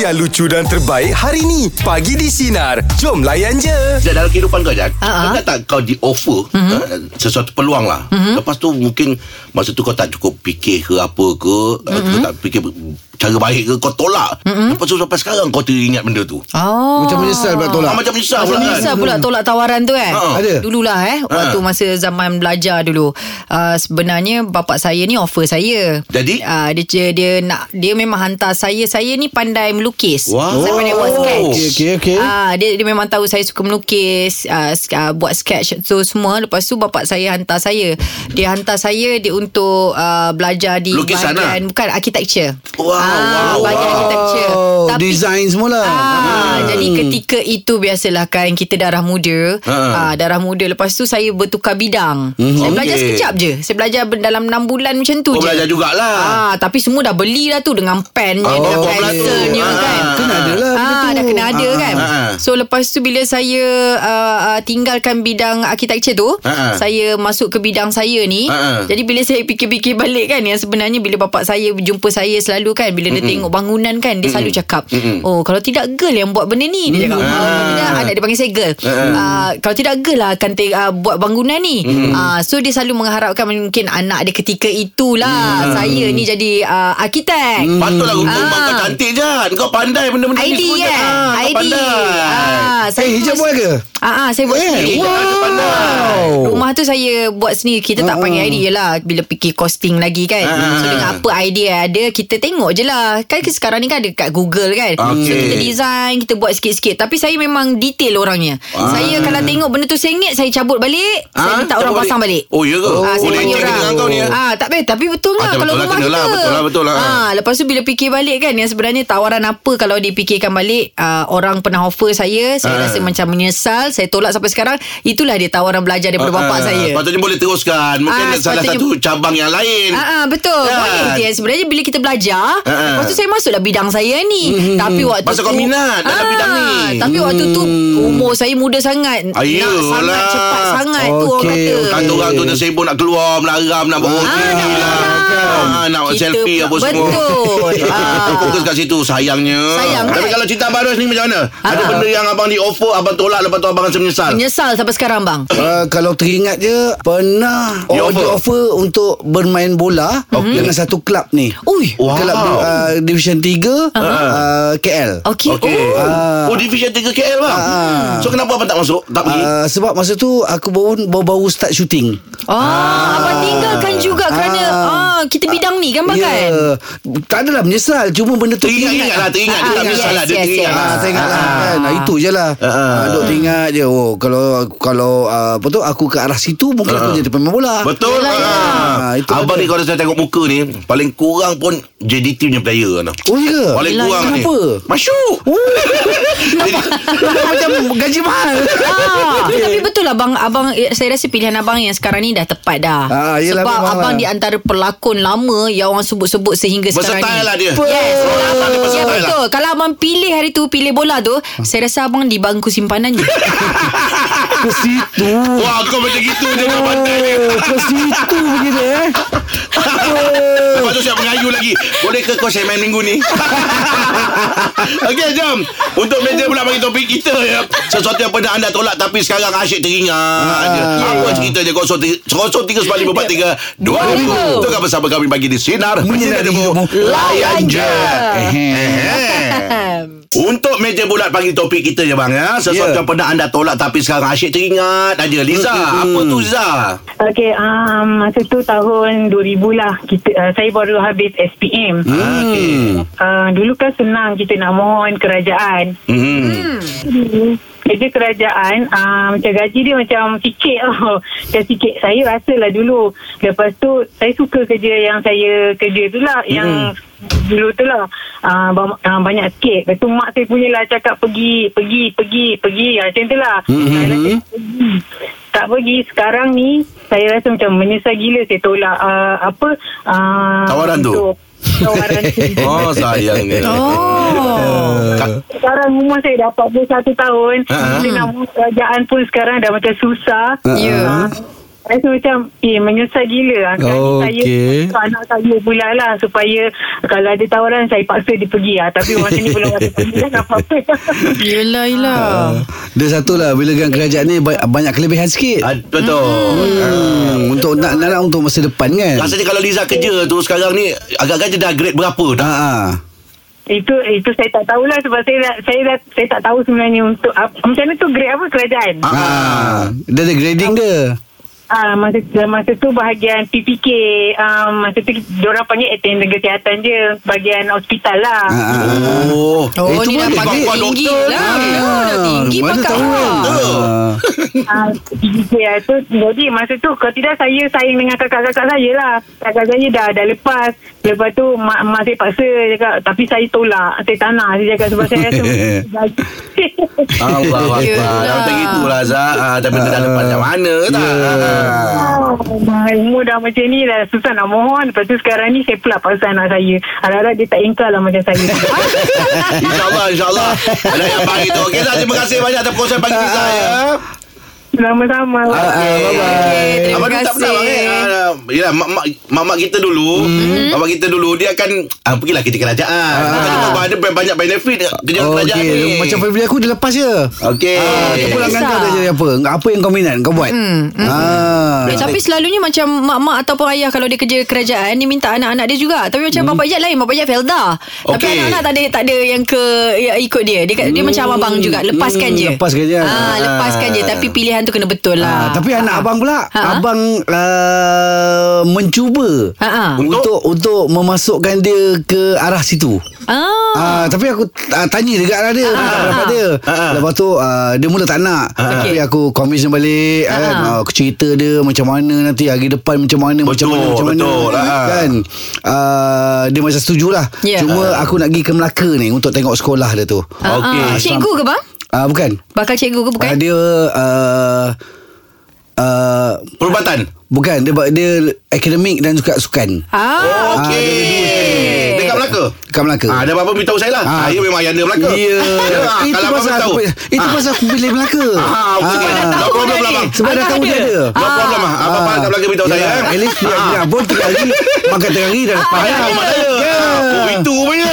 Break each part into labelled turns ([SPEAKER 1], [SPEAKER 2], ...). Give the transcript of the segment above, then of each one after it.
[SPEAKER 1] yang lucu dan terbaik hari ni. Pagi di Sinar. Jom layan je.
[SPEAKER 2] Zat, dalam kehidupan kau Zat
[SPEAKER 3] Ah, ah.
[SPEAKER 2] uh-huh. Kau tak kau di offer
[SPEAKER 3] Mhm.
[SPEAKER 2] uh-huh. uh, Sesuatu peluang lah uh-huh. Lepas tu mungkin Masa tu kau tak cukup fikir ke apa ke
[SPEAKER 3] Mhm.
[SPEAKER 2] uh-huh. Kau tak fikir Cara baik ke Kau tolak uh-huh. Lepas tu sampai sekarang Kau teringat benda tu
[SPEAKER 3] Oh.
[SPEAKER 4] Macam menyesal pula
[SPEAKER 2] ah,
[SPEAKER 4] tolak
[SPEAKER 2] Macam menyesal
[SPEAKER 3] Macam
[SPEAKER 2] pula kan
[SPEAKER 3] Nisa pula tolak tawaran tu kan
[SPEAKER 2] Ha.
[SPEAKER 4] Ada.
[SPEAKER 3] Dululah eh Waktu
[SPEAKER 2] Ha.
[SPEAKER 3] masa zaman belajar dulu uh, Sebenarnya Bapak saya ni offer saya
[SPEAKER 2] Jadi?
[SPEAKER 3] Uh, dia, dia, dia nak Dia memang hantar saya Saya ni pandai melukis
[SPEAKER 2] Wow.
[SPEAKER 3] Saya pandai buat sketch
[SPEAKER 4] Okey okey okey.
[SPEAKER 3] Ah, dia dia memang tahu saya suka melukis, ah, sk- ah, buat sketch tu semua. Lepas tu bapak saya hantar saya. Dia hantar saya dia untuk ah, belajar di
[SPEAKER 2] Lukisan lah.
[SPEAKER 3] bahagian bukan architecture.
[SPEAKER 2] Wow,
[SPEAKER 3] Ah,
[SPEAKER 2] wow,
[SPEAKER 3] bahagian
[SPEAKER 2] wow.
[SPEAKER 3] architecture.
[SPEAKER 4] Oh, design semula.
[SPEAKER 3] Ah, jadi
[SPEAKER 2] hmm.
[SPEAKER 3] ketika itu biasalah kan kita darah muda.
[SPEAKER 2] Ah. Hmm,
[SPEAKER 3] Ah, darah muda. Lepas tu saya bertukar bidang. Saya belajar
[SPEAKER 2] Okey.
[SPEAKER 3] sekejap je. Saya belajar ber- dalam 6 bulan macam tu
[SPEAKER 2] Kau
[SPEAKER 3] je.
[SPEAKER 2] belajar jugalah
[SPEAKER 3] Ah, tapi semua dah beli dah tu dengan pen dia,
[SPEAKER 2] Ah,
[SPEAKER 3] dengan
[SPEAKER 2] buat pula tu.
[SPEAKER 3] pensilnya
[SPEAKER 2] Ah,
[SPEAKER 3] kan.
[SPEAKER 4] Kena ada lah benda
[SPEAKER 3] Ah,
[SPEAKER 4] tu.
[SPEAKER 3] dah kena ada kan.
[SPEAKER 2] ah.
[SPEAKER 3] So lepas tu bila saya uh, uh, tinggalkan bidang architecture tu,
[SPEAKER 2] Ah, ah.
[SPEAKER 3] saya masuk ke bidang saya ni.
[SPEAKER 2] Ah, ah.
[SPEAKER 3] Jadi bila saya fikir-fikir balik kan yang sebenarnya bila bapak saya jumpa saya selalu kan bila dia tengok bangunan kan dia selalu cakap, "Oh, kalau tidak girl yang buat benda ni." Dia cakap, "Oh, kalau tidak anak dia panggil saya girl. Ah, kalau tidak girl lah akan te- ah, buat bangunan ni." Ah, so dia selalu mengharapkan mungkin anak dia ketika itulah saya ni jadi uh, arkitek.
[SPEAKER 2] Patutlah kau
[SPEAKER 3] Ah.
[SPEAKER 2] lah kau cantik Zat Kau pandai benda-benda
[SPEAKER 3] ID
[SPEAKER 2] ni semua Zat.
[SPEAKER 3] eh
[SPEAKER 2] Ah, kau
[SPEAKER 3] ID
[SPEAKER 2] Pandai
[SPEAKER 3] ah,
[SPEAKER 4] Eh, hijab
[SPEAKER 3] terus-
[SPEAKER 4] boleh ke?
[SPEAKER 3] Ah, ah, saya buat
[SPEAKER 4] Eh,
[SPEAKER 3] sendiri
[SPEAKER 2] wow. Hijab ada pandai.
[SPEAKER 3] Rumah tu saya buat sendiri Kita tak panggil idea lah Bila fikir costing lagi kan So dengan apa idea ada Kita tengok je lah Kan sekarang ni kan ada kat Google kan So
[SPEAKER 2] Okey.
[SPEAKER 3] kita design Kita buat sikit-sikit Tapi saya memang detail orangnya Saya kalau tengok benda tu sengit Saya cabut balik Saya
[SPEAKER 2] Ah,
[SPEAKER 3] minta
[SPEAKER 2] cabut
[SPEAKER 3] orang
[SPEAKER 2] balik.
[SPEAKER 3] pasang balik
[SPEAKER 2] Oh, ya ke?
[SPEAKER 3] Ah, saya
[SPEAKER 2] Oh,
[SPEAKER 3] panggil
[SPEAKER 2] leceh
[SPEAKER 3] orang.
[SPEAKER 2] dengan kau ni, eh?
[SPEAKER 3] Ah, Tak apa Tapi betul
[SPEAKER 2] Ah,
[SPEAKER 3] lah
[SPEAKER 2] tak
[SPEAKER 3] Kalau
[SPEAKER 2] betul lah,
[SPEAKER 3] rumah
[SPEAKER 2] kena
[SPEAKER 3] kita
[SPEAKER 2] lah, betul lah, betul lah.
[SPEAKER 3] Ah, Ah, lepas tu bila fikir balik kan yang sebenarnya tawaran apa kalau dipikirkan balik uh, orang pernah offer saya saya
[SPEAKER 2] Ah.
[SPEAKER 3] rasa macam menyesal saya tolak sampai sekarang itulah dia tawaran belajar daripada bapak
[SPEAKER 2] Ah,
[SPEAKER 3] saya.
[SPEAKER 2] Patutnya boleh teruskan Mungkin
[SPEAKER 3] Ah,
[SPEAKER 2] salah
[SPEAKER 3] sepatutnya-
[SPEAKER 2] satu cabang yang lain
[SPEAKER 3] Ah, ah, betul.
[SPEAKER 2] Kan?
[SPEAKER 3] Boleh je. Sebenarnya bila kita belajar,
[SPEAKER 2] Ah, ah.
[SPEAKER 3] lepas tu saya masuklah bidang saya ni. Tapi waktu
[SPEAKER 2] Pasal
[SPEAKER 3] tu Ah,
[SPEAKER 2] kau minat dalam bidang ni. Hmm.
[SPEAKER 3] Tapi waktu tu umur saya muda sangat.
[SPEAKER 2] Ah,
[SPEAKER 3] Nak
[SPEAKER 2] iyalah.
[SPEAKER 3] sangat cepat sangat tu orang
[SPEAKER 4] Okey,
[SPEAKER 3] kata.
[SPEAKER 4] okey.
[SPEAKER 2] Kata orang tu nak sibuk Nak keluar Melaram Nak berhutang
[SPEAKER 3] Ah, nak berhutang.
[SPEAKER 2] Nak
[SPEAKER 3] Kita
[SPEAKER 2] selfie apa
[SPEAKER 3] pula-
[SPEAKER 2] semua
[SPEAKER 3] betul. Ah.
[SPEAKER 2] Fokus kat situ Sayangnya
[SPEAKER 3] Sayang,
[SPEAKER 2] Tapi
[SPEAKER 3] kan?
[SPEAKER 2] kalau cerita Abang Ros ni macam mana Ada
[SPEAKER 3] Ah.
[SPEAKER 2] benda yang abang di offer Abang tolak Lepas tu abang rasa menyesal
[SPEAKER 3] Menyesal sampai sekarang bang.
[SPEAKER 4] Uh, kalau teringat je Pernah
[SPEAKER 2] Di
[SPEAKER 4] oh,
[SPEAKER 2] offer.
[SPEAKER 4] Di offer untuk bermain bola
[SPEAKER 2] Okey.
[SPEAKER 4] Dengan satu klub ni
[SPEAKER 3] Ui.
[SPEAKER 2] Wow. Ah.
[SPEAKER 4] Kelab uh, Division 3 uh, KL
[SPEAKER 3] Okey.
[SPEAKER 2] Okey
[SPEAKER 3] Oh. Ah.
[SPEAKER 2] Oh division 3 KL bang So kenapa abang tak masuk Tak pergi
[SPEAKER 4] uh, Sebab masa tu Aku baru Baru-baru start shooting
[SPEAKER 3] Ah, abang tinggalkan juga kerana ah,
[SPEAKER 4] Ah.
[SPEAKER 3] kita bidang ni gambar
[SPEAKER 4] Ya.
[SPEAKER 3] kan.
[SPEAKER 4] Tak adalah menyesal Cuma benda tu
[SPEAKER 2] Teringat lah Teringat Dia
[SPEAKER 3] Ah,
[SPEAKER 2] tak
[SPEAKER 3] yes,
[SPEAKER 2] menyesal lah Dia
[SPEAKER 3] yes,
[SPEAKER 2] teringat
[SPEAKER 3] yes.
[SPEAKER 2] lah
[SPEAKER 4] Ah, teringat lah
[SPEAKER 3] Ah.
[SPEAKER 4] kan. Ah, itu je lah.
[SPEAKER 2] Ah.
[SPEAKER 4] Ah, duk teringat je. Oh, kalau kalau ah, apa tu aku ke arah situ mungkin aku jadi pemain bola.
[SPEAKER 2] Ah. Betul
[SPEAKER 3] Yelah,
[SPEAKER 2] ah.
[SPEAKER 4] yelah. Itu
[SPEAKER 2] Abang
[SPEAKER 4] ada.
[SPEAKER 2] ni kalau saya tengok muka ni Paling kurang pun JDT punya player kan
[SPEAKER 4] Oh ya ke?
[SPEAKER 2] Paling
[SPEAKER 3] Yelah,
[SPEAKER 2] kurang ni
[SPEAKER 4] kenapa?
[SPEAKER 2] Masuk Jadi
[SPEAKER 4] Macam gaji mahal.
[SPEAKER 3] Ah, tapi betul lah abang abang eh, saya rasa pilihan abang yang sekarang ni dah tepat dah.
[SPEAKER 4] Ah, yelah,
[SPEAKER 3] Sebab
[SPEAKER 4] memang
[SPEAKER 3] abang
[SPEAKER 4] lah.
[SPEAKER 3] di antara pelakon lama yang orang sebut-sebut sehingga sekarang
[SPEAKER 2] Versatile
[SPEAKER 3] ni.
[SPEAKER 2] lah dia
[SPEAKER 3] Yes.
[SPEAKER 2] Abang ni
[SPEAKER 3] Ya
[SPEAKER 2] versatile lah
[SPEAKER 3] betul Kalau abang pilih hari tu Pilih bola tu Saya rasa abang di bangku simpanan je
[SPEAKER 4] Ke situ.
[SPEAKER 2] Wah kau macam gitu je kau pandai ni.
[SPEAKER 4] Oh, ke situ begini eh.
[SPEAKER 2] Lepas tu saya mengayu lagi Boleh ke kau saya main minggu ni Okey jom Untuk meja pula bagi topik kita ya Sesuatu yang pernah anda tolak Tapi sekarang asyik teringat je. Apa ceritanya 0395432000 Tukar bersama kami bagi di Sinar Menyinari hidupmu Layan je Ehem. Untuk meja bulat pagi topik kita je bang ya. Sesuatu
[SPEAKER 4] Ya.
[SPEAKER 2] yang pernah anda tolak tapi sekarang asyik teringat aja. Liza, apa tu Liza?
[SPEAKER 5] Okey, um, masa tu tahun 2000 lah kita, uh, saya baru habis SPM. Hmm.
[SPEAKER 2] Hmm.
[SPEAKER 5] Uh, dulu kan senang kita nak mohon kerajaan.
[SPEAKER 2] Hmm.
[SPEAKER 5] Kerja kerajaan uh, macam gaji dia macam sikit oh. Macam sikit. Saya rasalah dulu. Lepas tu saya suka kerja yang saya kerja tu lah. Hmm. Yang dulu tu lah uh, ba- uh, banyak sikit. Lepas tu mak saya punya lah cakap pergi, pergi, pergi, pergi. Ah, Macam tu lah. Hmm. tak pergi. Sekarang ni saya rasa macam menyesal gila saya tolak uh, apa uh,
[SPEAKER 2] Tawaran tu?
[SPEAKER 5] untuk Tawaran tu.
[SPEAKER 2] Oh sayangnya.
[SPEAKER 3] Oh
[SPEAKER 2] Ka-
[SPEAKER 5] Sekarang umur saya dah 41 tahun.
[SPEAKER 2] Ha. Ha,
[SPEAKER 5] Bila nak buat kerajaan pun sekarang dah macam susah.
[SPEAKER 3] Ya.
[SPEAKER 5] Ah, Rasa macam Eh menyesal gila Kali
[SPEAKER 2] Oh,
[SPEAKER 5] saya
[SPEAKER 2] okey.
[SPEAKER 5] untuk Anak saya pula lah Supaya Kalau ada tawaran Saya paksa dia pergi lah Tapi masa ni belum ada panggilan Apa-apa
[SPEAKER 3] Yelah yelah
[SPEAKER 4] Ah. Dia satu lah Bila dengan kerajaan ni ba- Banyak kelebihan sikit
[SPEAKER 2] Ah, Betul
[SPEAKER 4] hmm, Untuk nak, nak, nak untuk masa depan kan
[SPEAKER 2] Rasanya kalau Liza kerja tu sekarang ni Agak-agak dia dah grade berapa
[SPEAKER 4] ha,
[SPEAKER 2] dah
[SPEAKER 4] ha.
[SPEAKER 5] Itu itu saya tak tahulah Sebab saya dah, saya, dah, saya tak tahu sebenarnya Untuk apa, Macam mana tu grade apa kerajaan
[SPEAKER 2] Ah.
[SPEAKER 4] Ha. Dia ada grading dia
[SPEAKER 5] Ah masa masa tu bahagian PPK um, masa tu diorang panggil attendant kesihatan je bahagian hospital lah.
[SPEAKER 2] Ah,
[SPEAKER 4] ha, ha, ha.
[SPEAKER 2] Oh
[SPEAKER 3] Oh
[SPEAKER 4] Eh, tu
[SPEAKER 3] ni dah
[SPEAKER 4] boleh
[SPEAKER 3] panggil
[SPEAKER 2] buat
[SPEAKER 3] tinggi
[SPEAKER 2] doktor
[SPEAKER 3] lah Ya, Dah
[SPEAKER 4] Ah,
[SPEAKER 3] tinggi
[SPEAKER 4] Mana
[SPEAKER 3] pakar
[SPEAKER 4] tahu kan? Ah.
[SPEAKER 5] Ah, PPK lah tu jadi masa tu kalau tidak saya saing dengan kakak-kakak saya lah. Kakak saya dah dah lepas. Lepas tu mak, mak saya paksa dia cakap tapi saya tolak. Saya tak nak saya cakap sebab saya rasa
[SPEAKER 2] Allah Akbar
[SPEAKER 3] Yelah.
[SPEAKER 2] Dah Macam itulah Zah ah, Ya. Tapi dia dah lepas macam mana tak Ah.
[SPEAKER 5] Oh, umur dah macam ni dah susah nak mohon Lepas tu sekarang ni saya pula paksa anak saya Harap-harap dia tak ingkar lah macam saya
[SPEAKER 2] ah. InsyaAllah InsyaAllah Ada yang pagi tu Okey Zah terima kasih banyak Atas perkongsian pagi Zah ya
[SPEAKER 5] Sama-sama
[SPEAKER 4] Ah, Bye-bye
[SPEAKER 3] Okay, terima
[SPEAKER 2] Abang tu tak pernah
[SPEAKER 3] kasih.
[SPEAKER 2] eh. Ah, Yelah mak, mak, mak, mak kita dulu
[SPEAKER 3] Hmm.
[SPEAKER 2] mm-hmm. Mak kita dulu Dia akan ah, Pergilah kerja kerajaan ah. Ada banyak benefit Kerja oh,
[SPEAKER 4] Oh,
[SPEAKER 2] kerajaan
[SPEAKER 4] okey.
[SPEAKER 2] ni
[SPEAKER 4] Macam family aku dia lepas je
[SPEAKER 2] Okey
[SPEAKER 4] Ah, Kau pulang kan
[SPEAKER 3] Susah.
[SPEAKER 4] kau dah jadi apa Apa yang kau minat Kau buat
[SPEAKER 3] Hmm,
[SPEAKER 4] Ah.
[SPEAKER 3] Eh, tapi selalunya macam mak-mak ataupun ayah kalau dia kerja kerajaan dia minta anak-anak dia juga. Tapi macam
[SPEAKER 4] Hmm.
[SPEAKER 3] bapak Ijat lain, bapak Ijat Felda. Tapi
[SPEAKER 2] Okey.
[SPEAKER 3] anak-anak tak ada tak ada yang ke ya, ikut dia. Dia, dia macam abang juga, lepaskan
[SPEAKER 4] Hmm,
[SPEAKER 3] je.
[SPEAKER 4] lepaskan je.
[SPEAKER 3] Ah, lepaskan je tapi pilihan tu kena betul lah.
[SPEAKER 4] Ah, tapi anak abang pula
[SPEAKER 3] Ha.
[SPEAKER 4] abang uh, mencuba
[SPEAKER 3] Ha, ha.
[SPEAKER 4] untuk untuk memasukkan dia ke arah situ.
[SPEAKER 3] Ah.
[SPEAKER 4] Ah, tapi aku ah, tanya dekat arah dia minta pendapat dia.
[SPEAKER 2] Ah.
[SPEAKER 4] Lepas tu ah, dia mula tak nak. Tapi aku convince dia balik kan. Ah, aku cerita dia macam mana nanti hari depan macam mana
[SPEAKER 2] Betul,
[SPEAKER 4] macam mana macam mana
[SPEAKER 2] betul, ah.
[SPEAKER 4] kan. Ah, dia macam setujulah.
[SPEAKER 3] Ya.
[SPEAKER 4] Cuma aku nak pergi ke Melaka ni untuk tengok sekolah dia tu.
[SPEAKER 3] Ah,
[SPEAKER 2] Okey.
[SPEAKER 3] ah. Cikgu ke bang?
[SPEAKER 4] Ah, bukan.
[SPEAKER 3] Bakal cikgu ke bukan?
[SPEAKER 4] Ah, dia uh, uh,
[SPEAKER 2] Perubatan
[SPEAKER 4] bukan dia dia akademik dan suka sukan.
[SPEAKER 3] Ah.
[SPEAKER 4] Oh.
[SPEAKER 2] Okey Dekat Melaka
[SPEAKER 4] Dekat Melaka.
[SPEAKER 2] Ah, ada apa-apa beritahu saya lah
[SPEAKER 4] Ah.
[SPEAKER 2] Saya memang ayah dia Melaka
[SPEAKER 4] Ya.
[SPEAKER 2] Itu
[SPEAKER 4] Itu
[SPEAKER 2] Kalau apa-apa
[SPEAKER 4] pasal
[SPEAKER 2] tahu
[SPEAKER 4] aku pilih, itu pasal aku pilih Melaka.
[SPEAKER 2] Ah, okey. No problem lah bang
[SPEAKER 4] Sebab dah
[SPEAKER 3] Anak
[SPEAKER 4] tahu dia
[SPEAKER 3] ada.
[SPEAKER 4] ada.
[SPEAKER 2] No problem lah Apa-apa kat Melaka beritahu saya eh.
[SPEAKER 4] Yalah, At least dia dia pun tiga hari makan tiga hari dah lepas.
[SPEAKER 2] Ayah mak saya Kan?
[SPEAKER 4] Kan?
[SPEAKER 2] Oh itu punya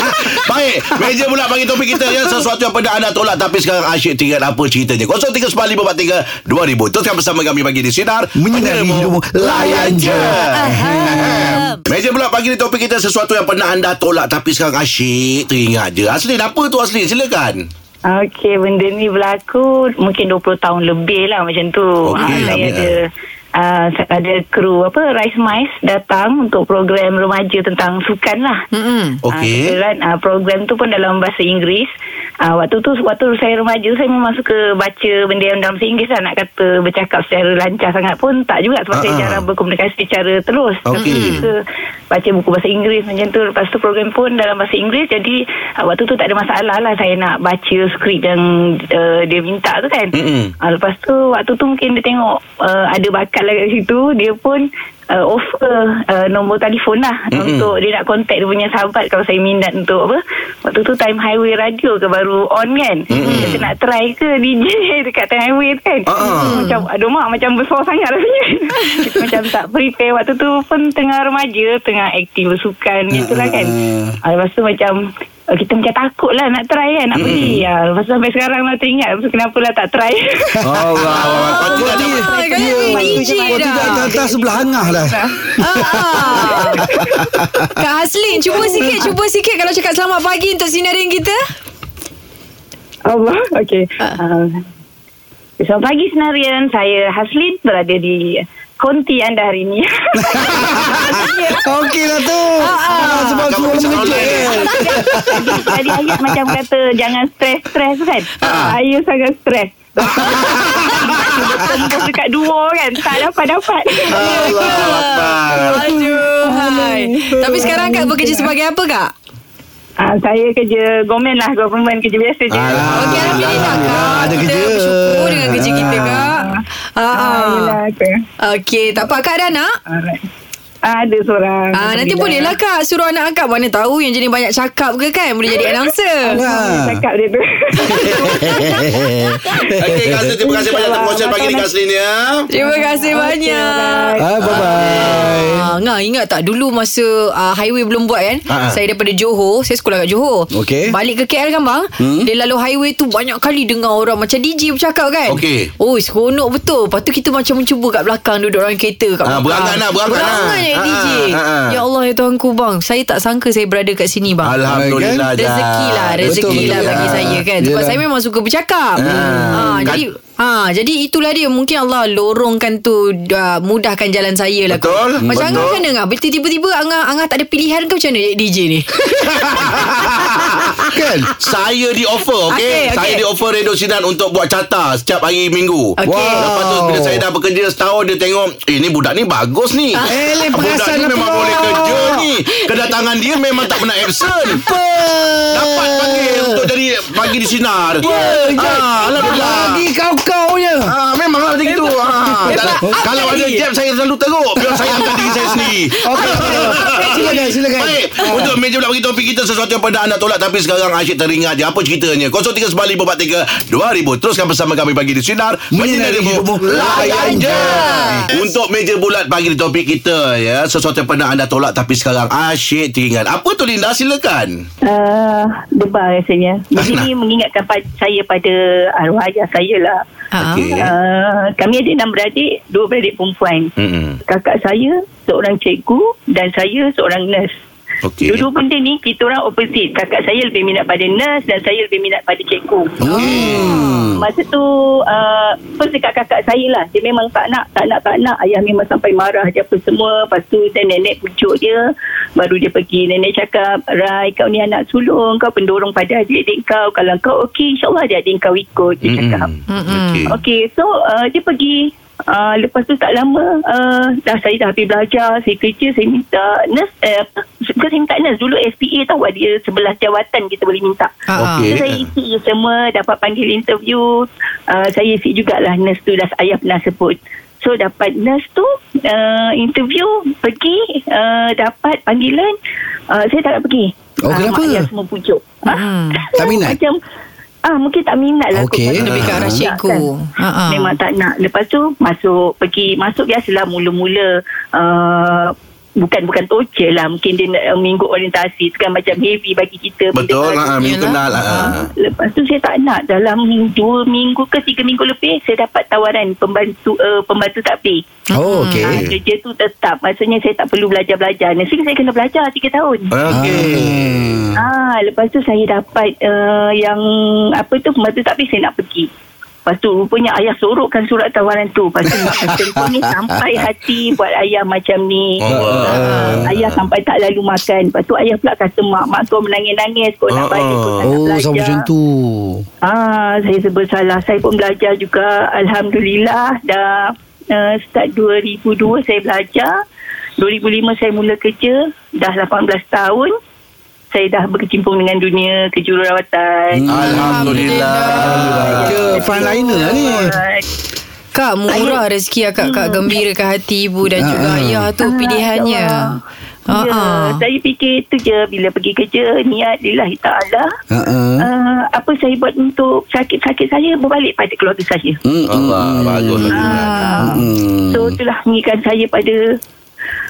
[SPEAKER 2] Baik Meja pula bagi topik kita ya Sesuatu yang pernah anda tolak Tapi sekarang asyik tinggal apa ceritanya 0395432000 Teruskan bersama kami bagi di Sinar
[SPEAKER 4] Menyinari hidupmu. Layan je.
[SPEAKER 3] Faham.
[SPEAKER 2] Meja pula pagi ni topik kita Sesuatu yang pernah anda tolak Tapi sekarang asyik teringat je Aslin apa tu Aslin silakan
[SPEAKER 5] Okey, benda ni berlaku mungkin 20 tahun lebih lah macam tu.
[SPEAKER 2] Okey,
[SPEAKER 5] Okay, saya
[SPEAKER 2] lama.
[SPEAKER 5] ada uh, ada kru apa Rice Mice datang untuk program remaja tentang sukan lah.
[SPEAKER 3] Mm-mm.
[SPEAKER 5] Ah,
[SPEAKER 2] Okey
[SPEAKER 5] kebetulan uh, program tu pun dalam bahasa Inggeris. Uh, waktu tu waktu saya remaja saya memang suka baca benda yang dalam bahasa Inggeris lah. Nak kata bercakap secara lancar sangat pun tak juga sebab
[SPEAKER 2] Ah,
[SPEAKER 5] uh-huh. saya
[SPEAKER 2] ah.
[SPEAKER 5] jarang berkomunikasi secara terus.
[SPEAKER 2] Okey.
[SPEAKER 5] Tapi suka baca buku bahasa Inggeris macam tu. Lepas tu program pun dalam bahasa Inggeris jadi uh, waktu tu tak ada masalah lah saya nak baca skrip yang uh, dia minta tu kan.
[SPEAKER 2] Mm-mm.
[SPEAKER 5] Uh, lepas tu waktu tu mungkin dia tengok uh, ada bakat lah kat situ dia pun uh, offer uh, nombor telefon lah
[SPEAKER 2] Mm-mm.
[SPEAKER 5] mm-hmm. untuk dia nak contact dia punya sahabat kalau saya minat untuk apa waktu tu time highway radio ke baru on kan mm-hmm. kita nak try ke DJ dekat time highway tu kan
[SPEAKER 2] Hmm, Ah.
[SPEAKER 5] macam aduh mak macam besar sangat rasanya kita macam tak prepare waktu tu pun tengah remaja tengah aktif bersukan gitu lah kan uh, lepas tu macam uh, kita macam takut lah nak try kan nak pergi uh, lepas tu sampai sekarang lah teringat lepas tu kenapa lah tak try
[SPEAKER 2] Allah Kau
[SPEAKER 4] Kau
[SPEAKER 2] tidak
[SPEAKER 4] tidak-
[SPEAKER 3] Ah, kau
[SPEAKER 4] Ya.
[SPEAKER 3] dah biji
[SPEAKER 4] Kau
[SPEAKER 3] dah.
[SPEAKER 4] tidak atas sebelah hangah lah.
[SPEAKER 3] Ah. Kak Haslin Cuba sikit Cuba sikit Kalau cakap selamat pagi Untuk sinarin kita
[SPEAKER 5] Allah, okey. Uh. Selamat pagi Senarian. Saya Haslin berada di konti anda hari ini.
[SPEAKER 4] Okey lah tu. Ah, sebab
[SPEAKER 2] Kamu
[SPEAKER 4] aku orang
[SPEAKER 2] cakap
[SPEAKER 4] mengejut
[SPEAKER 2] online.
[SPEAKER 4] kan.
[SPEAKER 5] Tadi ayat macam kata jangan stres-stres kan. Saya sangat stres. Tembus dekat dua kan Tak dapat-dapat
[SPEAKER 2] Ah. Allah Akbar
[SPEAKER 3] Aduh hai. Tapi sekarang Kak bekerja sebagai apa Kak?
[SPEAKER 5] ah, Saya kerja Government lah Government kerja biasa je
[SPEAKER 3] Okey
[SPEAKER 4] Alah.
[SPEAKER 5] Ah,
[SPEAKER 3] Alhamdulillah Kak
[SPEAKER 4] Alhamdulillah, ada
[SPEAKER 3] Kita
[SPEAKER 4] kerja.
[SPEAKER 3] bersyukur dengan kerja kita Kak Ah,
[SPEAKER 5] ah,
[SPEAKER 3] ah.
[SPEAKER 5] yelah, okay.
[SPEAKER 3] Okey Tak apa Kak ada anak?
[SPEAKER 5] Alright Ada seorang.
[SPEAKER 3] Ah, nanti boleh lah kak Suruh anak akak Mana tahu yang jenis banyak cakap ke kan Boleh jadi announcer
[SPEAKER 4] Ah.
[SPEAKER 5] Cakap dia tu.
[SPEAKER 2] Okey Kak Azlin Terima kasih banyak Atas perkongsian pagi ni Kak Azlin ya
[SPEAKER 3] Terima kasih banyak
[SPEAKER 4] Ah, bye-bye.
[SPEAKER 2] Eh.
[SPEAKER 3] Ah, ngah ingat tak dulu masa uh, highway belum buat kan?
[SPEAKER 2] Ah, ah.
[SPEAKER 3] Saya daripada Johor, saya sekolah kat Johor.
[SPEAKER 4] Okey.
[SPEAKER 3] Balik ke KL kan bang? Hmm? Dia lalu highway tu banyak kali dengar orang macam DJ bercakap kan?
[SPEAKER 2] Okey.
[SPEAKER 3] Oh, seronok betul. Lepas tu kita macam mencuba kat belakang duduk orang kereta kat
[SPEAKER 2] Ah,
[SPEAKER 3] belakang.
[SPEAKER 2] berangan lah, berangan lah.
[SPEAKER 3] Berangan yang
[SPEAKER 2] Ah,
[SPEAKER 3] DJ.
[SPEAKER 2] ah, ah.
[SPEAKER 3] Ya Allah ya Tuhanku bang, saya tak sangka saya berada kat sini bang.
[SPEAKER 2] Alhamdulillah Jan.
[SPEAKER 3] Rezeki lah Rezeki
[SPEAKER 4] Betul,
[SPEAKER 3] lah
[SPEAKER 4] betul.
[SPEAKER 3] bagi
[SPEAKER 4] Ah,
[SPEAKER 3] saya kan Sebab
[SPEAKER 4] yelah.
[SPEAKER 3] saya memang suka bercakap
[SPEAKER 2] Ah.
[SPEAKER 3] ha, Jadi ha, Jadi itulah dia Mungkin Allah lorongkan tu uh, Mudahkan jalan saya lah
[SPEAKER 2] Betul,
[SPEAKER 3] kot. Macam
[SPEAKER 2] betul.
[SPEAKER 3] Angah macam mana Angah Bila Tiba-tiba Angah, Angah tak ada pilihan ke macam mana jadi DJ ni
[SPEAKER 4] Kan?
[SPEAKER 2] Saya di offer okay?
[SPEAKER 3] Okey,
[SPEAKER 2] okay,
[SPEAKER 3] okey.
[SPEAKER 2] Saya di offer Radio Sinan Untuk buat carta Setiap hari minggu
[SPEAKER 3] Okey.
[SPEAKER 4] Wow.
[SPEAKER 2] Lepas tu bila saya dah bekerja setahun Dia tengok Eh ni budak ni bagus ni
[SPEAKER 3] Ah.
[SPEAKER 4] Eh, leh,
[SPEAKER 2] Budak
[SPEAKER 4] perasan
[SPEAKER 2] ni
[SPEAKER 4] lah
[SPEAKER 2] memang
[SPEAKER 4] pula.
[SPEAKER 2] boleh kerja ni Kedatangan dia memang tak pernah absent Dapat panggil Untuk jadi Pagi di Sinar ah, Alhamdulillah
[SPEAKER 4] Lagi kau-kau je.
[SPEAKER 2] Ah, memanglah macam itu. Ah, tak ada. kalau ada jam saya selalu teruk. Biar saya angkat diri saya sendiri. Ah.
[SPEAKER 4] Okey, okey. Silakan, silakan.
[SPEAKER 2] Baik, untuk meja pula bagi topik kita sesuatu yang pada anda tolak tapi sekarang asyik teringat je. Apa ceritanya? 0395432000. Teruskan bersama kami bagi di Sinar.
[SPEAKER 4] Menyinari
[SPEAKER 2] Menyinari hidupmu.
[SPEAKER 4] hidupmu.
[SPEAKER 2] Layan je. Untuk meja bulat bagi di topik kita ya. Sesuatu yang pernah anda tolak tapi sekarang asyik teringat. Apa tu Linda? Silakan.
[SPEAKER 5] Ah, debar rasanya. Mungkin ini mengingatkan pa- saya pada arwah ayah saya lah.
[SPEAKER 3] Ha.
[SPEAKER 2] Okey.
[SPEAKER 5] Ah, kami ada enam beradik, dua beradik perempuan.
[SPEAKER 2] Mm-mm.
[SPEAKER 5] Kakak saya seorang cikgu dan saya seorang nurse.
[SPEAKER 2] Okey.
[SPEAKER 5] Dua-dua benda ni kita orang opposite. Kakak saya lebih minat pada nurse dan saya lebih minat pada cikgu. Hmm. Masa tu uh, First dekat kakak saya lah Dia memang tak nak Tak nak tak nak Ayah memang sampai marah Dia apa semua Lepas tu Then nenek pucuk dia Baru dia pergi Nenek cakap Rai kau ni anak sulung Kau pendorong pada adik-adik kau Kalau kau okey InsyaAllah adik-adik kau ikut Dia
[SPEAKER 2] Mm-mm.
[SPEAKER 5] cakap
[SPEAKER 2] Okey.
[SPEAKER 5] Okey, so uh, dia pergi. Uh, lepas tu tak lama uh, dah saya dah habis belajar saya kerja saya minta nurse eh, apa, bukan saya minta nurse dulu SPA tahu lah dia 11 jawatan kita boleh minta
[SPEAKER 3] Ah, ah.
[SPEAKER 2] Okey.
[SPEAKER 5] so saya isi je semua dapat panggil interview uh, saya isi jugalah nurse tu dah ayah pernah sebut so dapat nurse tu uh, interview pergi uh, dapat panggilan uh, saya tak nak pergi
[SPEAKER 4] Oh,
[SPEAKER 5] Ah,
[SPEAKER 4] kenapa?
[SPEAKER 5] mak ayah semua pujuk
[SPEAKER 3] Hmm.
[SPEAKER 5] Ha?
[SPEAKER 4] Tak minat?
[SPEAKER 5] macam Ah mungkin tak minat lah
[SPEAKER 4] Okey.
[SPEAKER 5] kot.
[SPEAKER 4] Lebih ke arah
[SPEAKER 5] Tak
[SPEAKER 3] cikgu.
[SPEAKER 5] kan?
[SPEAKER 3] Ha, ha.
[SPEAKER 5] Memang tak nak Lepas tu Masuk Pergi Masuk biasalah Mula-mula uh, Bukan bukan torture lah Mungkin dia nak, uh, minggu orientasi Tu kan macam heavy bagi kita
[SPEAKER 2] Betul.
[SPEAKER 5] Benda-
[SPEAKER 2] Ha, minggu
[SPEAKER 3] Yelah.
[SPEAKER 2] kenal. Ha.
[SPEAKER 5] Lepas tu saya tak nak Dalam dua minggu ke tiga minggu lebih Saya dapat tawaran Pembantu uh, pembantu takbir
[SPEAKER 4] Oh, okey.
[SPEAKER 5] Ah, Kerja tu tetap Maksudnya saya tak perlu belajar-belajar Nursing saya kena belajar tiga tahun
[SPEAKER 2] Oh. Okey.
[SPEAKER 5] Ah, lepas tu saya dapat uh, yang apa tu pembantu tak habis saya nak pergi. Lepas tu rupanya ayah sorokkan surat tawaran tu. Lepas tu mak macam ni sampai hati buat ayah macam ni.
[SPEAKER 2] Allah.
[SPEAKER 5] Ah, ayah sampai tak lalu makan. Lepas tu ayah pula kata mak, mak kau menangis-nangis. Kau
[SPEAKER 2] Ah,
[SPEAKER 5] nak balik, kau tak nak
[SPEAKER 4] Oh,
[SPEAKER 5] belajar.
[SPEAKER 4] sama macam tu.
[SPEAKER 5] Ah, saya serba salah. Saya pun belajar juga. Alhamdulillah dah uh, start 2002 saya belajar. 2005 saya mula kerja. Dah 18 tahun. Saya dah berkecimpung dengan dunia kejururawatan.
[SPEAKER 2] Ah. Hmm. Alhamdulillah.
[SPEAKER 4] Ke frontliner lah ni.
[SPEAKER 5] Alright.
[SPEAKER 3] Kak murah rezeki akak
[SPEAKER 5] Hmm.
[SPEAKER 3] Kak gembirakan hati ibu
[SPEAKER 2] Ha,
[SPEAKER 3] Dan juga ayah tu pilihannya Ha,
[SPEAKER 5] Ya,
[SPEAKER 3] ha.
[SPEAKER 5] saya fikir tu je bila pergi kerja niat lah, lillahi taala.
[SPEAKER 4] Ha ah.
[SPEAKER 5] Uh, apa saya buat untuk sakit-sakit saya berbalik pada keluarga saya.
[SPEAKER 2] Allah bagus. Ah.
[SPEAKER 4] Hmm.
[SPEAKER 5] So itulah mengingatkan saya pada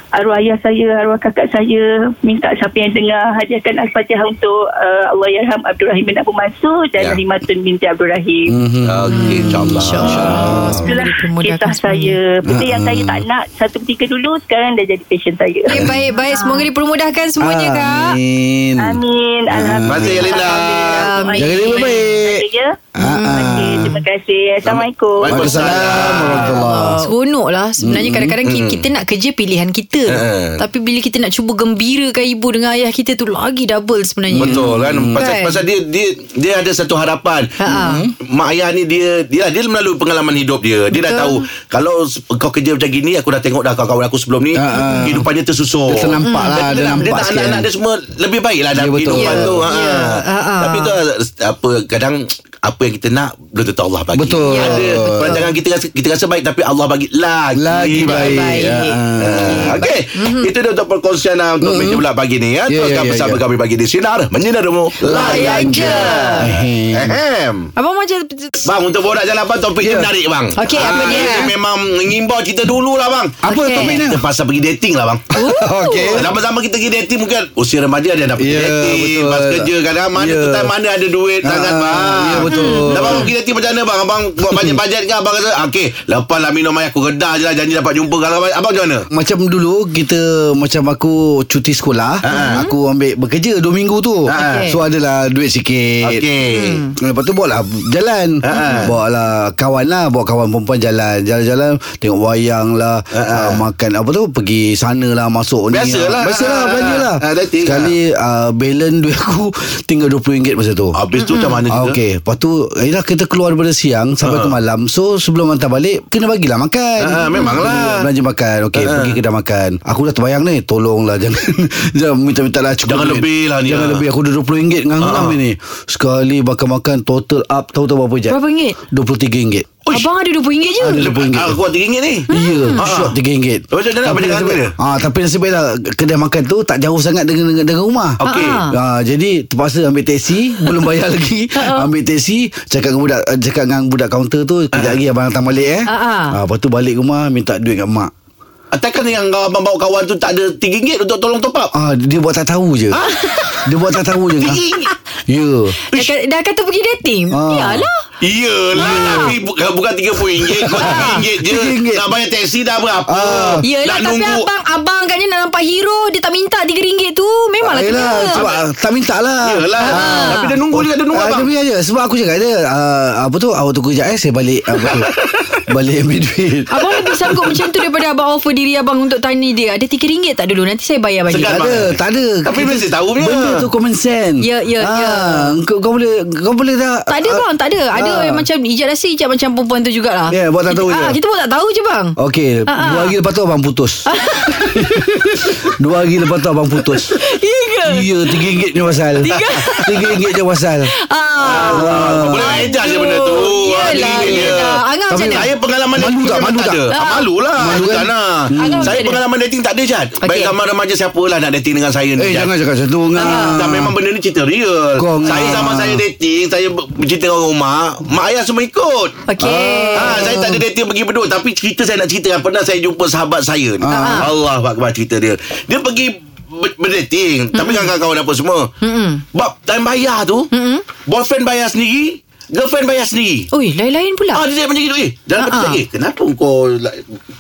[SPEAKER 5] arwah ayah saya, arwah kakak saya minta siapa yang dengar hadiahkan Al-Fatihah untuk uh, Allah Yarham Abdul Rahim bin Abu Mansur dan
[SPEAKER 2] Ya.
[SPEAKER 5] ya. Rahmatun binti Abdul Rahim. Hmm.
[SPEAKER 2] Okey, insyaAllah.
[SPEAKER 3] InsyaAllah
[SPEAKER 5] Itulah kisah saya. Benda yang saya tak nak satu ketika dulu sekarang dah jadi passion saya.
[SPEAKER 3] Eh, baik-baik Semoga
[SPEAKER 5] Ha.
[SPEAKER 3] dipermudahkan semuanya kak
[SPEAKER 4] Amin.
[SPEAKER 5] Amin.
[SPEAKER 2] Terima
[SPEAKER 5] Alhamdulillah.
[SPEAKER 2] kasih, Linda.
[SPEAKER 3] Amin.
[SPEAKER 4] Jaga diri baik.
[SPEAKER 5] Ya. Okey, terima kasih. Assalamualaikum.
[SPEAKER 4] Waalaikumsalam warahmatullahi.
[SPEAKER 3] Seronok lah Sebenarnya
[SPEAKER 2] Hmm.
[SPEAKER 3] kadang-kadang ki- Kita nak kerja pilihan kita
[SPEAKER 2] Eh.
[SPEAKER 3] Tapi bila kita nak cuba Gembirakan ibu dengan ayah kita tu Lagi double sebenarnya
[SPEAKER 2] Betul kan pasal,
[SPEAKER 3] Kan?
[SPEAKER 2] pasal dia dia dia ada satu harapan. Hmm.
[SPEAKER 3] Ha-ha.
[SPEAKER 2] Mak ayah ni dia dia dia melalui pengalaman hidup dia. Dia dah
[SPEAKER 3] Betul.
[SPEAKER 2] tahu kalau s- kau kerja macam gini aku dah tengok dah kawan-kawan aku sebelum ni
[SPEAKER 4] Ha-ha.
[SPEAKER 2] kehidupannya tersusun.
[SPEAKER 4] Dia ternampak lah,
[SPEAKER 2] Dia,
[SPEAKER 4] dia
[SPEAKER 2] nak- dia
[SPEAKER 4] nampak
[SPEAKER 2] nak
[SPEAKER 4] sikit.
[SPEAKER 2] anak-anak dia semua lebih baik lah dalam
[SPEAKER 4] Ya, betul.
[SPEAKER 2] kehidupan
[SPEAKER 4] Ya,
[SPEAKER 2] tu. Ha.
[SPEAKER 3] ya. Ha-ha.
[SPEAKER 2] Tapi tu apa kadang apa yang kita nak belum tentu Allah bagi.
[SPEAKER 4] Betul.
[SPEAKER 3] Ya,
[SPEAKER 2] Ada
[SPEAKER 4] betul.
[SPEAKER 2] perancangan kita rasa kita rasa baik tapi Allah bagi lagi,
[SPEAKER 4] Lagi baik.
[SPEAKER 3] baik.
[SPEAKER 2] Ah, Okey, itu dia untuk perkongsian ah, untuk meja bulat pagi ni ya.
[SPEAKER 4] Hmm. Ya,
[SPEAKER 2] Teruskan
[SPEAKER 4] ya, ya,
[SPEAKER 2] bersama
[SPEAKER 4] ya.
[SPEAKER 2] kami bagi di sinar menyinarmu.
[SPEAKER 3] Layan je.
[SPEAKER 2] Ehem.
[SPEAKER 3] Abang macam
[SPEAKER 2] Bang untuk borak jalan abang topik yeah.
[SPEAKER 4] Ya.
[SPEAKER 2] menarik bang. Ah,
[SPEAKER 3] Okey, apa dia?
[SPEAKER 2] Ini memang mengimbau kita dulu lah bang.
[SPEAKER 4] Apa Oh.
[SPEAKER 3] Okey.
[SPEAKER 4] topik ni?
[SPEAKER 2] Kita pasal pergi dating lah bang.
[SPEAKER 4] Okey.
[SPEAKER 2] Lama-lama kita pergi dating mungkin usia remaja dia dah pergi
[SPEAKER 4] Ya,
[SPEAKER 2] dating,
[SPEAKER 4] betul.
[SPEAKER 2] pas kerja kadang mana
[SPEAKER 4] Ya.
[SPEAKER 2] tu time mana ada duit
[SPEAKER 4] Ah,
[SPEAKER 2] sangat bang.
[SPEAKER 4] ya, betul.
[SPEAKER 2] Dah bang pergi dating macam mana bang? Abang buat banyak bajet ke abang kata, "Ah, "Okey, lepas lah minum air aku redah je lah janji dapat jumpa kalau abang, abang macam mana?"
[SPEAKER 4] Macam dulu Kita Macam aku Cuti sekolah Aku ambil bekerja Dua minggu tu
[SPEAKER 2] Ah.
[SPEAKER 4] So adalah duit sikit
[SPEAKER 2] Okey.
[SPEAKER 4] Lepas tu bawa lah jalan
[SPEAKER 2] Ha.
[SPEAKER 4] Bawa lah kawan lah Bawa kawan perempuan jalan Jalan-jalan Tengok wayang lah uh, Makan apa tu Pergi sana lah Masuk ni
[SPEAKER 2] Biasalah.
[SPEAKER 4] Biasalah Biasalah
[SPEAKER 2] Ha,
[SPEAKER 4] belanja lah
[SPEAKER 2] ha, dating.
[SPEAKER 4] Sekali uh, Balance duit aku Tinggal RM20 masa tu
[SPEAKER 2] Habis tu macam mana
[SPEAKER 4] Ah,
[SPEAKER 2] kita?
[SPEAKER 4] Okey Lepas tu Yelah kita keluar daripada siang
[SPEAKER 2] Ha.
[SPEAKER 4] Sampai ke malam So sebelum hantar balik Kena bagilah makan
[SPEAKER 2] Ah, ah, memanglah. Ha,
[SPEAKER 4] Belanja makan Okey pergi kedai makan Aku dah terbayang ni Tolonglah jangan Jangan minta-minta lah cukup
[SPEAKER 2] Jangan
[SPEAKER 4] duit.
[SPEAKER 2] lebih lah ni, Ha.
[SPEAKER 4] Jangan
[SPEAKER 2] ah.
[SPEAKER 4] lebih Aku dah RM20 dengan uh-huh. ni Sekali makan-makan Total up Tahu tak berapa je
[SPEAKER 3] Berapa ringgit?
[SPEAKER 4] RM23
[SPEAKER 2] Uish.
[SPEAKER 3] Abang ada RM20 je
[SPEAKER 4] Ada
[SPEAKER 2] Lepas
[SPEAKER 4] RM20
[SPEAKER 2] ah, aku RM3 ni.
[SPEAKER 3] Hmm.
[SPEAKER 4] Ya
[SPEAKER 2] Ah.
[SPEAKER 4] Shot RM3
[SPEAKER 2] Lepas tu dia nak apa dengan dia?
[SPEAKER 4] Ah, tapi nasib baiklah kedai makan tu tak jauh sangat dengan dengan, dengan rumah.
[SPEAKER 2] Okey.
[SPEAKER 4] Ah, jadi terpaksa ambil teksi, belum bayar lagi.
[SPEAKER 3] Ah.
[SPEAKER 4] ambil teksi, cakap dengan budak eh, cakap dengan budak kaunter tu,
[SPEAKER 2] Ah.
[SPEAKER 4] kejap lagi abang datang balik eh.
[SPEAKER 3] Ah, ah.
[SPEAKER 4] Ah, lepas tu balik rumah minta duit kat mak.
[SPEAKER 2] Ah, Takkan yang kau- abang bawa kawan tu tak ada RM3 untuk tolong top up?
[SPEAKER 4] Ah, dia buat tak tahu je.
[SPEAKER 3] Ah.
[SPEAKER 4] dia buat tak tahu je. Ah. Ya.
[SPEAKER 3] Dah, ka- dah kata pergi dating
[SPEAKER 4] Ah.
[SPEAKER 3] Yalah
[SPEAKER 2] Iyalah Tapi bu- bukan RM30 Kau RM3 je
[SPEAKER 4] RM3.
[SPEAKER 2] Nak bayar teksi dah berapa
[SPEAKER 4] Ah.
[SPEAKER 3] Yelah tapi abang Abang katnya nak nampak hero Dia tak minta RM3 tu Memanglah
[SPEAKER 4] Ah, yelah,
[SPEAKER 3] kena
[SPEAKER 4] sebab ah, tak minta lah.
[SPEAKER 2] Yelah
[SPEAKER 3] Ah.
[SPEAKER 2] Tapi dia nunggu juga Dia nunggu
[SPEAKER 4] Ah,
[SPEAKER 2] abang
[SPEAKER 4] Dia biar je Sebab aku cakap dia ah, Apa tu Awak tunggu kejap eh Saya balik apa tu, Balik ambil duit
[SPEAKER 3] Abang lebih sanggup macam tu Daripada abang offer diri abang Untuk tanya dia Ada RM3 tak dulu Nanti saya bayar balik
[SPEAKER 2] Segan,
[SPEAKER 4] Tak
[SPEAKER 2] bang.
[SPEAKER 4] ada, tak ada.
[SPEAKER 2] Tapi
[SPEAKER 4] Kita-
[SPEAKER 2] mesti tahu punya.
[SPEAKER 4] Benda tu common sense. Ah,
[SPEAKER 3] Ya, ya, ya.
[SPEAKER 4] Kau, kau boleh kau boleh dah.
[SPEAKER 3] Tak ada bang Tak ada Ada
[SPEAKER 4] Ah.
[SPEAKER 3] yang macam Ijat rasa ijat macam perempuan tu jugalah
[SPEAKER 4] Ya, buat tak tahu
[SPEAKER 3] Kita-
[SPEAKER 4] je. Oh.
[SPEAKER 3] ah, Kita pun tak tahu je bang
[SPEAKER 4] Okey,
[SPEAKER 3] Ah, ah.
[SPEAKER 4] dua hari lepas tu abang putus. dua hari lepas tu abang putus.
[SPEAKER 3] Ya ke
[SPEAKER 4] Ya, tiga ringgit je pasal. Tiga, tiga ringgit je pasal.
[SPEAKER 2] Eh,
[SPEAKER 3] Ah.
[SPEAKER 2] Ah, Boleh ejar je benda tu Ah,
[SPEAKER 3] Yelah
[SPEAKER 2] RM3 je.
[SPEAKER 3] Yelah Angah macam
[SPEAKER 4] Tapi
[SPEAKER 3] mana
[SPEAKER 2] Saya pengalaman
[SPEAKER 4] Malu
[SPEAKER 2] dating
[SPEAKER 4] tak?
[SPEAKER 2] memang
[SPEAKER 4] Malu tak?
[SPEAKER 2] ada.
[SPEAKER 3] Ah.
[SPEAKER 2] Ah, Malu lah
[SPEAKER 4] Malu
[SPEAKER 2] Malu
[SPEAKER 4] kan?
[SPEAKER 2] lah Saya
[SPEAKER 3] Abang macam mana?
[SPEAKER 2] pengalaman dating tak ada Jad Baik
[SPEAKER 3] Okey.
[SPEAKER 2] ramai remaja siapalah Nak dating dengan saya ni
[SPEAKER 4] Eh,
[SPEAKER 2] Jad.
[SPEAKER 4] jangan cakap macam tu. Ngah.
[SPEAKER 2] Tak memang benda ni cerita real
[SPEAKER 4] Ah. Kau ngah.
[SPEAKER 2] Saya sama saya dating Saya ber- bercerita dengan orang rumah Mak ayah semua ikut
[SPEAKER 3] Okay
[SPEAKER 2] Ah, saya tak ada dating pergi berdua Tapi cerita saya nak ceritakan Pernah saya jumpa sahabat saya ni
[SPEAKER 3] Ah.
[SPEAKER 2] Allah Akbar cerita dia Dia pergi ber- berdating
[SPEAKER 3] Hmm.
[SPEAKER 2] Tapi dengan kawan-kawan apa semua
[SPEAKER 3] Mm-mm.
[SPEAKER 2] Bab time bayar tu
[SPEAKER 3] Hmm.
[SPEAKER 2] Boyfriend bayar sendiri Girlfriend bayar sendiri
[SPEAKER 3] Ui lain-lain pula
[SPEAKER 2] Ah, dia cakap macam gitu Eh, dalam
[SPEAKER 3] Ya. Ah,
[SPEAKER 2] uh-huh.
[SPEAKER 3] ah.
[SPEAKER 2] eh Kenapa kau la-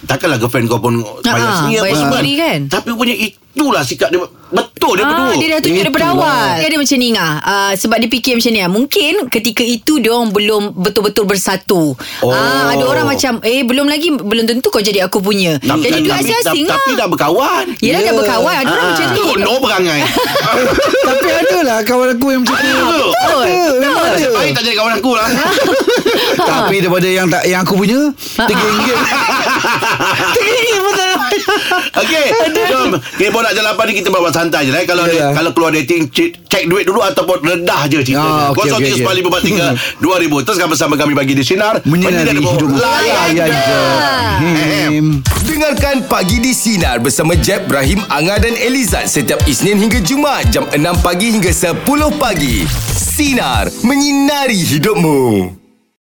[SPEAKER 2] Takkanlah girlfriend kau pun Bayar
[SPEAKER 3] Ah,
[SPEAKER 2] sendiri apa
[SPEAKER 3] bayar
[SPEAKER 2] semua
[SPEAKER 3] sendiri kan? Ah,
[SPEAKER 2] Tapi punya itulah sikap dia Betul dia berdua
[SPEAKER 3] dia dah tunjuk daripada
[SPEAKER 2] lah.
[SPEAKER 4] Itulah.
[SPEAKER 3] awal Dia ada macam ni Ngah uh, Sebab dia fikir macam ni ah. Mungkin ketika itu Dia orang belum betul-betul bersatu
[SPEAKER 2] Oh.
[SPEAKER 3] Ah, Ada orang macam Eh belum lagi Belum tentu kau jadi aku punya
[SPEAKER 2] Tapi-
[SPEAKER 3] Jadi duit
[SPEAKER 2] tapi-
[SPEAKER 3] asing-asing
[SPEAKER 2] tapi-
[SPEAKER 3] lah
[SPEAKER 2] Tapi dah berkawan
[SPEAKER 3] Yelah dah
[SPEAKER 4] Ya.
[SPEAKER 3] berkawan Ada orang
[SPEAKER 2] Ah,
[SPEAKER 3] macam tu
[SPEAKER 2] Tu no perangai
[SPEAKER 4] Tapi ada lah kawan aku yang macam tu.
[SPEAKER 2] Betul.
[SPEAKER 4] Ada, memang ada.
[SPEAKER 2] Nasib baik tak jadi kawan aku lah
[SPEAKER 4] Tapi daripada yang tak yang aku punya,
[SPEAKER 3] Ah,
[SPEAKER 4] tiga ringgit.
[SPEAKER 2] Okey Jom Kita borak jalan apa ni Kita bawa santai je lah eh. Kalau
[SPEAKER 4] Yalah.
[SPEAKER 2] kalau keluar dating Check, check duit dulu Ataupun redah je cerita
[SPEAKER 4] Ah, okey, okey, okey.
[SPEAKER 2] 0395432000 Teruskan bersama kami Bagi di Sinar
[SPEAKER 4] Menyinari
[SPEAKER 2] Menyinari
[SPEAKER 4] hidup. Ya,
[SPEAKER 2] Layan
[SPEAKER 4] Layan je.
[SPEAKER 3] ya.
[SPEAKER 2] Eh,
[SPEAKER 4] Hmm.
[SPEAKER 1] Dengarkan Pagi di Sinar bersama Jeb, Ibrahim, Anga dan Elizad setiap Isnin hingga Jumaat jam 6 pagi hingga 10 pagi. Sinar. Menyinari hidupmu.